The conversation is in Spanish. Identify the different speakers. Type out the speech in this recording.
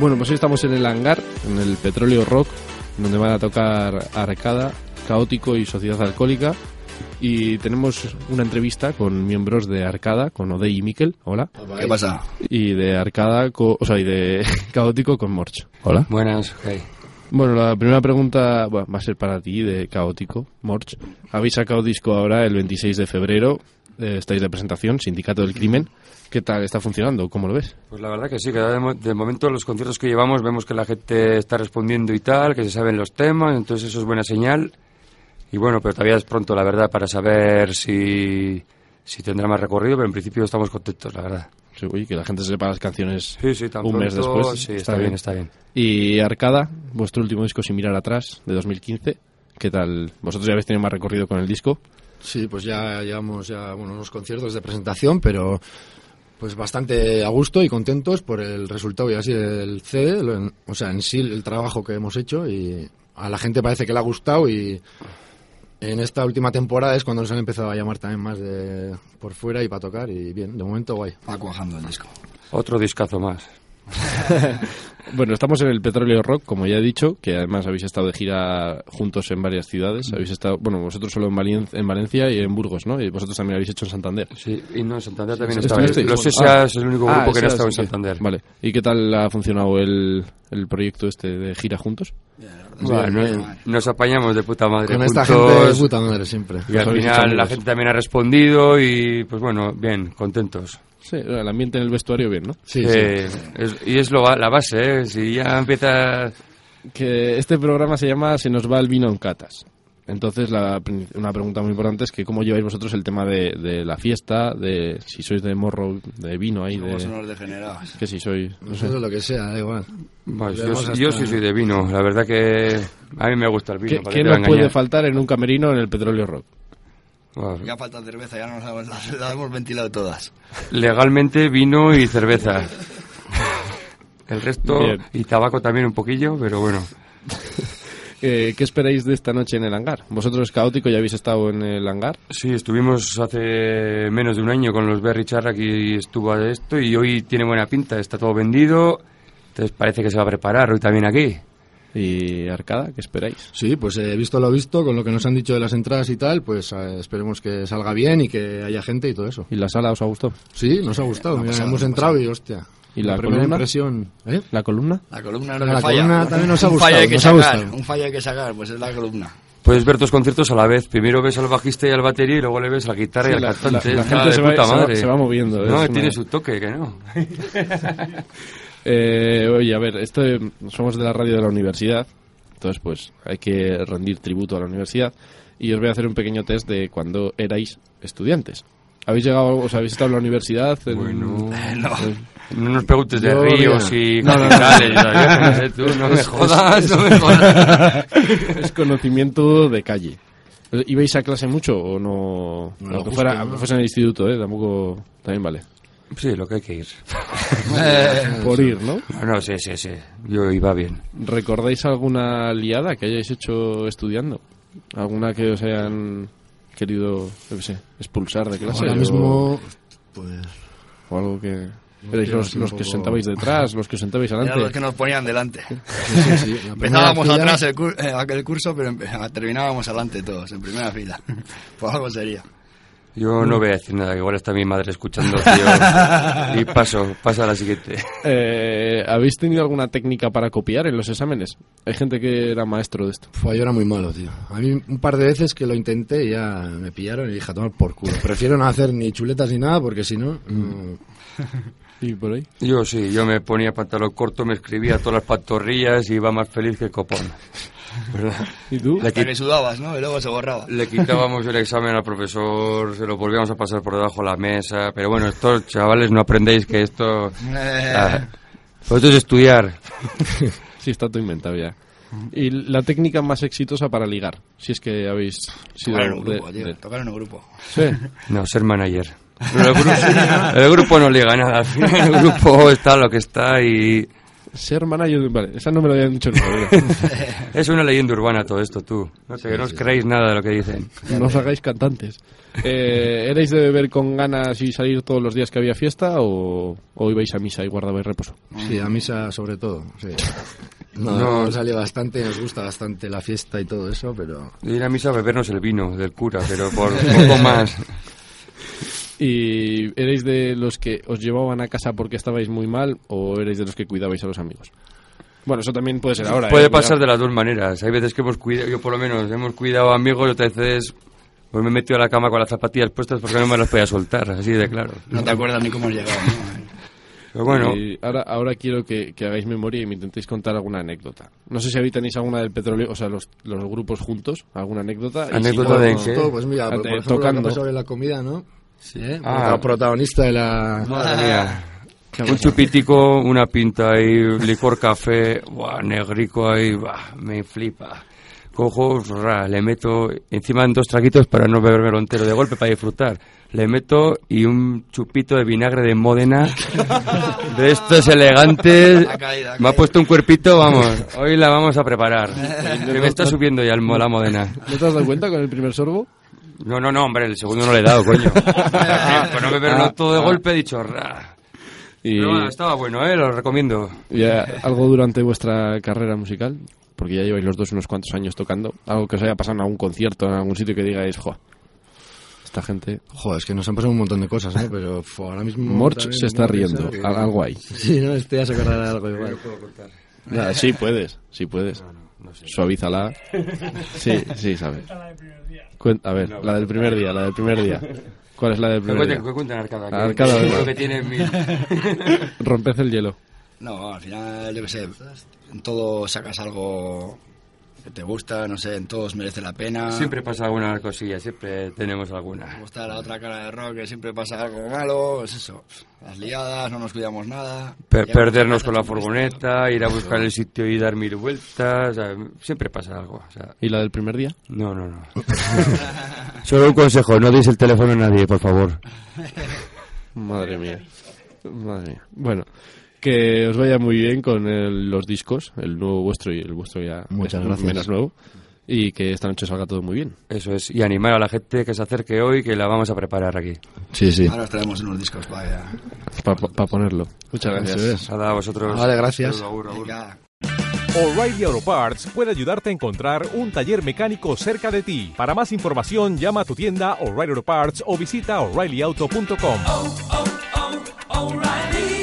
Speaker 1: Bueno, pues hoy estamos en el hangar, en el Petróleo Rock, donde van a tocar Arcada, Caótico y Sociedad Alcohólica. Y tenemos una entrevista con miembros de Arcada, con Odey y Miquel, hola.
Speaker 2: ¿Qué pasa?
Speaker 1: Y de Arcada, co- o sea, y de Caótico con Morch, hola.
Speaker 3: Buenas, hey.
Speaker 1: Bueno, la primera pregunta bueno, va a ser para ti, de Caótico, Morch. Habéis sacado disco ahora el 26 de febrero, eh, estáis de presentación, Sindicato del Crimen. ¿Qué tal está funcionando? ¿Cómo lo ves?
Speaker 3: Pues la verdad que sí, que de, mo- de momento los conciertos que llevamos vemos que la gente está respondiendo y tal, que se saben los temas, entonces eso es buena señal. Y bueno, pero todavía es pronto, la verdad, para saber si, si tendrá más recorrido, pero en principio estamos contentos, la verdad.
Speaker 1: Sí, oye, que la gente sepa las canciones
Speaker 3: Sí, sí, tan
Speaker 1: un mes
Speaker 3: pronto,
Speaker 1: después.
Speaker 3: sí, está bien, está bien.
Speaker 1: Y Arcada, vuestro último disco sin mirar atrás, de 2015. ¿Qué tal? Vosotros ya habéis tenido más recorrido con el disco.
Speaker 2: Sí, pues ya llevamos ya bueno, unos conciertos de presentación, pero pues bastante a gusto y contentos por el resultado y así del CD, lo en- o sea, en sí el trabajo que hemos hecho y a la gente parece que le ha gustado y en esta última temporada es cuando nos han empezado a llamar también más de por fuera y para tocar y bien, de momento guay.
Speaker 4: Va cuajando el disco.
Speaker 3: Otro discazo más.
Speaker 1: Bueno, estamos en el Petróleo Rock, como ya he dicho, que además habéis estado de gira juntos en varias
Speaker 3: Mm.
Speaker 1: ciudades. Habéis estado, bueno, vosotros solo en, Valien- en Valencia y en Burgos, ¿no? Y vosotros también habéis hecho en Santander.
Speaker 3: Sí, y no, Santander también
Speaker 1: sí,
Speaker 3: está bien.
Speaker 1: estoy-
Speaker 3: Los
Speaker 1: estoy-
Speaker 3: SEA es el único
Speaker 1: Ah,
Speaker 3: grupo que no
Speaker 1: ese
Speaker 3: ha estado en
Speaker 1: es-
Speaker 3: Santander.
Speaker 1: Vale. ¿Y qué tal ha funcionado el, el proyecto este de gira juntos?
Speaker 3: Bueno, nos apañamos de puta madre.
Speaker 2: Con esta
Speaker 3: juntos.
Speaker 2: gente de puta madre siempre.
Speaker 3: Y al
Speaker 1: Os habéis hecho
Speaker 3: final la
Speaker 1: amigos.
Speaker 3: gente también ha respondido y pues bueno, bien, contentos.
Speaker 1: Sí, el ambiente en el vestuario bien, ¿no?
Speaker 2: Sí, sí.
Speaker 3: Eh, es- y es lo, ba- la base, ¿eh? si ya empieza...
Speaker 1: que este programa se llama Se nos va el vino en catas. Entonces, la, prin- una pregunta muy importante es que cómo lleváis vosotros el tema de, de la fiesta, de si sois de morro de vino ahí,
Speaker 4: Como son
Speaker 1: de,
Speaker 4: Pues los degenerados.
Speaker 1: que si sois...
Speaker 2: Nosotros lo que sea, da igual.
Speaker 3: Bueno, pues, yo,
Speaker 2: Vemos
Speaker 3: yo
Speaker 2: hasta-
Speaker 3: sí soy de vino, la verdad que a mí me gusta el vino.
Speaker 1: ¿Qué,
Speaker 3: ¿para
Speaker 1: qué no
Speaker 3: qué te voy a
Speaker 1: puede
Speaker 3: engañar?
Speaker 1: faltar en un camerino en el Petróleo Rock?
Speaker 3: Bueno,
Speaker 4: Ya falta cerveza, ya nos la, las- las hemos ventilado todas.
Speaker 3: Legalmente vino y cerveza. El resto
Speaker 1: Bien.
Speaker 3: y tabaco también un poquillo, pero bueno.
Speaker 1: Eh, ¿Qué esperáis de esta noche en el hangar? Vosotros, Caótico, ya habéis estado en el hangar.
Speaker 3: Sí, estuvimos hace menos de un año con los Berry Charra y estuvo a esto y hoy tiene buena pinta, está todo vendido, entonces parece que se va a preparar hoy también aquí.
Speaker 1: ¿Y Arcada? ¿Qué esperáis?
Speaker 2: Sí, pues he visto lo visto, con lo que nos han dicho de las entradas y tal, pues eh, esperemos que salga bien y que haya gente y todo eso.
Speaker 1: ¿Y la sala os ha gustado?
Speaker 2: Sí, nos ha gustado.
Speaker 4: no
Speaker 2: mira,
Speaker 4: pasa nada,
Speaker 2: hemos
Speaker 4: no pasa
Speaker 2: entrado y hostia.
Speaker 1: ¿Y la
Speaker 2: primera
Speaker 1: columna?
Speaker 2: impresión. ¿eh?
Speaker 1: ¿La columna?
Speaker 4: La columna no
Speaker 2: La
Speaker 4: le falla.
Speaker 2: columna también nos ha
Speaker 4: Un fallo hay
Speaker 2: gustado,
Speaker 4: que
Speaker 2: nos ha
Speaker 4: sacar,
Speaker 2: gustado.
Speaker 4: un fallo hay que sacar, pues es la columna.
Speaker 3: Puedes ver dos conciertos a la vez. Primero ves al bajista y al batería y luego le ves a la guitarra y
Speaker 1: Sí,
Speaker 3: al
Speaker 1: la-
Speaker 3: cantante.
Speaker 1: la- la
Speaker 3: Está
Speaker 1: gente
Speaker 3: de
Speaker 1: se va-
Speaker 3: puta
Speaker 1: se va-
Speaker 3: madre.
Speaker 1: se va moviendo, ¿eh?
Speaker 3: No,
Speaker 1: es
Speaker 3: tiene
Speaker 1: una-
Speaker 3: su toque, que no.
Speaker 1: Eh, oye, a ver, esto, eh, somos de la radio de la universidad, entonces pues hay que rendir tributo a la universidad y os voy a hacer un pequeño test de cuando erais estudiantes. ¿Habéis llegado, os habéis estado en la universidad? En-
Speaker 3: Bueno.
Speaker 4: No.
Speaker 3: No nos preguntes de
Speaker 2: Yo,
Speaker 3: ríos
Speaker 2: mira.
Speaker 3: y capitales. No, sé tú, no me jodas, no me jodas.
Speaker 1: Es conocimiento de calle. ¿Ibais a clase mucho o no?
Speaker 2: No,
Speaker 1: Aunque
Speaker 2: justo,
Speaker 1: fuera,
Speaker 2: no.
Speaker 1: aunque fuese en el instituto, ¿eh? Tampoco, también vale.
Speaker 3: Sí, lo que hay que ir.
Speaker 2: Eh,
Speaker 1: Por ir, ¿no?
Speaker 3: No, no, sí, sí, sí. Yo iba bien.
Speaker 1: ¿Recordáis alguna liada que hayáis hecho estudiando? ¿Alguna que os hayan querido, yo qué sé, expulsar de clase?
Speaker 2: Ahora
Speaker 1: o-
Speaker 2: mismo, pues,
Speaker 1: O algo que... Erais
Speaker 2: quiero
Speaker 1: los,
Speaker 2: así
Speaker 1: los
Speaker 2: un
Speaker 1: que os
Speaker 2: poco-
Speaker 1: sentabais detrás, los que os sentabais
Speaker 4: Era los
Speaker 1: adelante.
Speaker 4: que nos ponían delante.
Speaker 2: sí, sí, sí, la primera
Speaker 4: Empezábamos
Speaker 2: fila,
Speaker 4: atrás eh. el cur- em- eh, aquel curso, pero empe- terminábamos adelante todos, en primera fila. Pues algo sería.
Speaker 3: Yo no voy a decir nada, que igual está mi madre escuchando, tío. y paso, paso a la siguiente.
Speaker 1: Eh, ¿Habéis tenido alguna técnica para copiar en los exámenes? Hay gente que era maestro de esto.
Speaker 2: Fue, yo era muy malo, tío. A mí un par de veces que lo intenté y ya me pillaron y dije a tomar por culo. Prefiero no hacer ni chuletas ni nada porque si no... mm, no-
Speaker 1: ¿Y por ahí?
Speaker 3: Yo sí, yo me ponía pantalón corto, me escribía todas las pantorrillas y iba más feliz que el copón. ¿Verdad?
Speaker 1: ¿Y tú?
Speaker 3: Le,
Speaker 4: Hasta
Speaker 3: qui-
Speaker 4: que sudabas, ¿no? Y luego se borraba.
Speaker 3: le quitábamos el examen al profesor, se lo volvíamos a pasar por debajo de la mesa, pero bueno, estos chavales no aprendéis que esto...
Speaker 4: Eh,
Speaker 3: Ah, vosotros estudiar.
Speaker 1: Sí, está todo inventado ya. ¿Y la técnica más exitosa para ligar? Si es que habéis sido...
Speaker 4: tocar en un
Speaker 1: de-
Speaker 4: grupo, tío.
Speaker 1: de-
Speaker 4: Tocar en un grupo.
Speaker 1: Sí.
Speaker 3: No, ser manager. Pero el, grupo, el grupo no liga nada, al final el grupo está lo que está y...
Speaker 1: Ser manager... de- Vale, esa no me lo habían dicho nunca.
Speaker 3: Es una leyenda urbana todo esto, tú. No, te, no os creéis nada de lo que dicen.
Speaker 1: No os hagáis cantantes. Eh, ¿Erais de beber con ganas y salir todos los días que había fiesta o, o ibais a misa y guardabais reposo?
Speaker 4: Mm.
Speaker 2: Sí, a misa sobre todo. Sí. No,
Speaker 3: No.
Speaker 2: no sale bastante, nos gusta bastante la fiesta y todo eso, pero...
Speaker 3: Ir a misa a bebernos el vino del cura, pero por poco más.
Speaker 1: ¿Y erais de los que os llevaban a casa porque estabais muy mal o erais de los que cuidabais a los amigos? Bueno, eso también puede ser ahora.
Speaker 3: Puede
Speaker 1: ¿eh?
Speaker 3: pasar
Speaker 1: Cuidado.
Speaker 3: de las dos maneras. Hay veces que hemos cuidado, yo por lo menos, hemos cuidado amigos, otras veces pues me he metido a la cama con las zapatillas puestas porque no me las podía soltar, así de claro.
Speaker 4: No te acuerdas ni cómo has llegado, ¿no?
Speaker 3: Pero bueno,
Speaker 1: Y ahora, ahora quiero que, que hagáis memoria y me intentéis contar alguna anécdota. No sé si habéis tenéis alguna del petróleo, o sea, los, los grupos juntos, alguna anécdota. Y si
Speaker 3: ¿Anécdota
Speaker 1: no,
Speaker 3: de
Speaker 1: no-
Speaker 3: qué?
Speaker 2: Todo, pues mira,
Speaker 1: Ah,
Speaker 2: por,
Speaker 1: te-
Speaker 2: por ejemplo,
Speaker 1: tocando.
Speaker 2: lo que pasó en la comida, ¿no? Sí.
Speaker 3: Ah.
Speaker 2: protagonista de la...
Speaker 3: madre mía. Un chupitico, una pinta ahí, licor café, buah, negrico ahí, buah, me flipa. Cojo, ra, le meto encima en dos traguitos para no beberme entero de golpe, para disfrutar. Le meto y un chupito de vinagre de Módena, de estos elegantes.
Speaker 4: Ha caído, ha
Speaker 3: Me ha
Speaker 4: caído.
Speaker 3: puesto un cuerpito, vamos, hoy la vamos a preparar. Que me está subiendo ya el, mo- la Módena.
Speaker 1: ¿No te has dado cuenta con el primer sorbo?
Speaker 3: No, no, no, hombre, el segundo no le he dado, coño. Para no beberlo todo de golpe, he dicho, ra.
Speaker 1: Y
Speaker 3: Ah. Pero bueno, estaba bueno, ¿eh? Lo recomiendo.
Speaker 1: y, eh, algo durante vuestra carrera musical, porque ya lleváis los dos unos cuantos años tocando, algo que os haya pasado en algún concierto, en algún sitio que digáis, jo, esta gente...
Speaker 2: Joder, es que nos han pasado un montón de cosas, ¿eh? Pero fue, ahora mismo...
Speaker 1: Morch
Speaker 2: también
Speaker 1: se está
Speaker 2: me interesa
Speaker 1: riendo,
Speaker 2: que-
Speaker 1: al- algo hay.
Speaker 2: Sí, no, este ya se acordará de algo igual.
Speaker 1: Nada, sí puedes, sí puedes. Suavízala. Sí, sí, sabes. Cuen- A ver, la del primer día, la del primer día. ¿Cuál es la del
Speaker 3: ¿Qué
Speaker 1: primer
Speaker 3: cuentan,
Speaker 1: día?
Speaker 3: qué cuentan Arcada? que-
Speaker 1: Arcada,
Speaker 3: que-
Speaker 1: venga.
Speaker 3: que tiene mil.
Speaker 1: Romped el hielo.
Speaker 4: No, al final, yo qué sé, en todo sacas algo que te gusta, no sé, en todos merece la pena.
Speaker 3: Siempre pasa alguna cosilla, siempre tenemos alguna.
Speaker 4: Me gusta la otra cara de rock, que siempre pasa algo malo, es eso. Las liadas, no nos cuidamos nada.
Speaker 3: Per-
Speaker 4: Ya
Speaker 3: perdernos
Speaker 4: muchas
Speaker 3: con la
Speaker 4: veces
Speaker 3: furgoneta, ir a buscar el sitio y dar mil vueltas, o sea, siempre pasa algo. o sea,
Speaker 1: ¿Y la del primer día?
Speaker 3: no, no, no. Solo un consejo, no deis el teléfono a nadie, por favor.
Speaker 1: Madre mía. Madre mía. Bueno, que os vaya muy bien con el- los discos, el nuevo vuestro y el vuestro ya
Speaker 2: Muchas
Speaker 1: es
Speaker 2: gracias.
Speaker 1: menos nuevo. Y que esta noche salga todo muy bien.
Speaker 3: Eso es, y animar a la gente que se acerque hoy, que la vamos a preparar aquí.
Speaker 2: Sí, sí.
Speaker 4: Ahora os traemos unos discos para allá.
Speaker 1: Para ponerlo. Muchas gracias.
Speaker 2: Eso es.
Speaker 3: Nada, a vosotros.
Speaker 2: Vale, gracias.
Speaker 3: Agur, agur.
Speaker 4: Venga.
Speaker 5: O'Reilly Auto Parts puede ayudarte a encontrar un taller mecánico cerca de ti. Para más información, llama a tu tienda O'Reilly Auto Parts o visita oreillyauto.com.
Speaker 6: oh, oh, O'Reilly.